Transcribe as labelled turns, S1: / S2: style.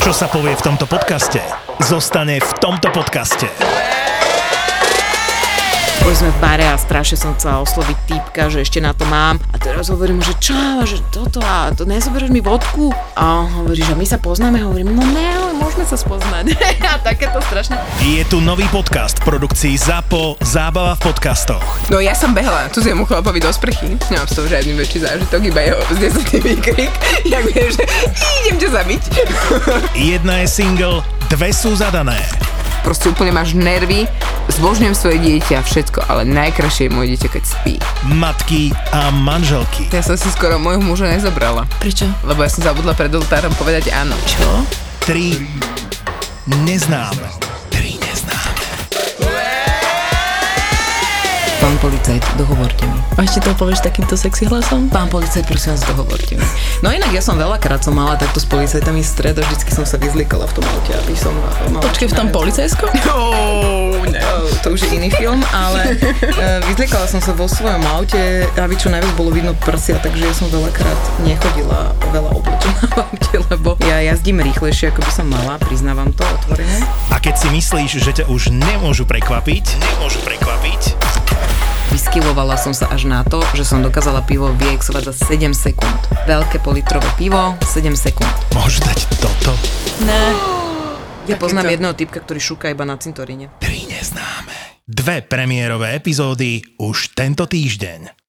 S1: čo sa povie v tomto podcaste, zostane v tomto podcaste.
S2: Boli sme v bare a strašne som chcela osloviť týpka, že ešte na to mám. A teraz hovorím, že čo, že toto a to nezoberieš mi vodku. A on hovorí, že my sa poznáme. Hovorím, no ne, ale môžeme sa spoznať. a takéto strašne.
S1: Je tu nový podcast v produkcii ZAPO Zábava v podcastoch.
S3: No ja som behla cudziemu chlapovi do sprchy, nemám z toho žiadny väčší zážitok, iba jeho vznesený výkrik, jak vie, že idem ťa zabiť.
S1: Jedna je single, dve sú zadané.
S3: Proste úplne máš nervy, zbožňujem svoje dieťa, všetko, ale najkrajšie je moje dieťa, keď spí.
S1: Matky a manželky.
S3: Ja som si skoro môjho muža nezobrala,
S2: Prečo?
S3: lebo ja som zabudla pred oltárom povedať áno.
S2: Čo?
S1: Tri neznáme. Tri neznáme.
S2: Pán policajt, dohovorte mi.
S4: A ešte to povieš takýmto sexy hlasom?
S2: Pán policajt, prosím vás, dohovorte mi. No inak ja som veľakrát som mala takto s policajtami stred a vždycky som sa vyzlikala v tom aute, aby som mala...
S4: Počkej, v tom policajskom?
S3: Oh, ne.
S2: Oh, to už je iný film, ale uh, vyzliekala som sa vo svojom aute, aby čo najviac bolo vidno prsia, takže ja som veľakrát nechodila veľa oblečená v aute, lebo ja jazdím rýchlejšie, ako by som mala, priznávam to otvorene.
S1: A keď si myslíš, že ťa už nemôžu prekvapiť, nemôžu prekvapiť,
S2: Vyskyvovala som sa až na to, že som dokázala pivo vyexovať za 7 sekúnd. Veľké politrové pivo, 7 sekúnd.
S1: môžu dať toto.
S4: Ne.
S2: Ja poznám
S3: to.
S2: jedného typka, ktorý šúka iba na cintoríne.
S1: Tri neznáme. Dve premiérové epizódy už tento týždeň.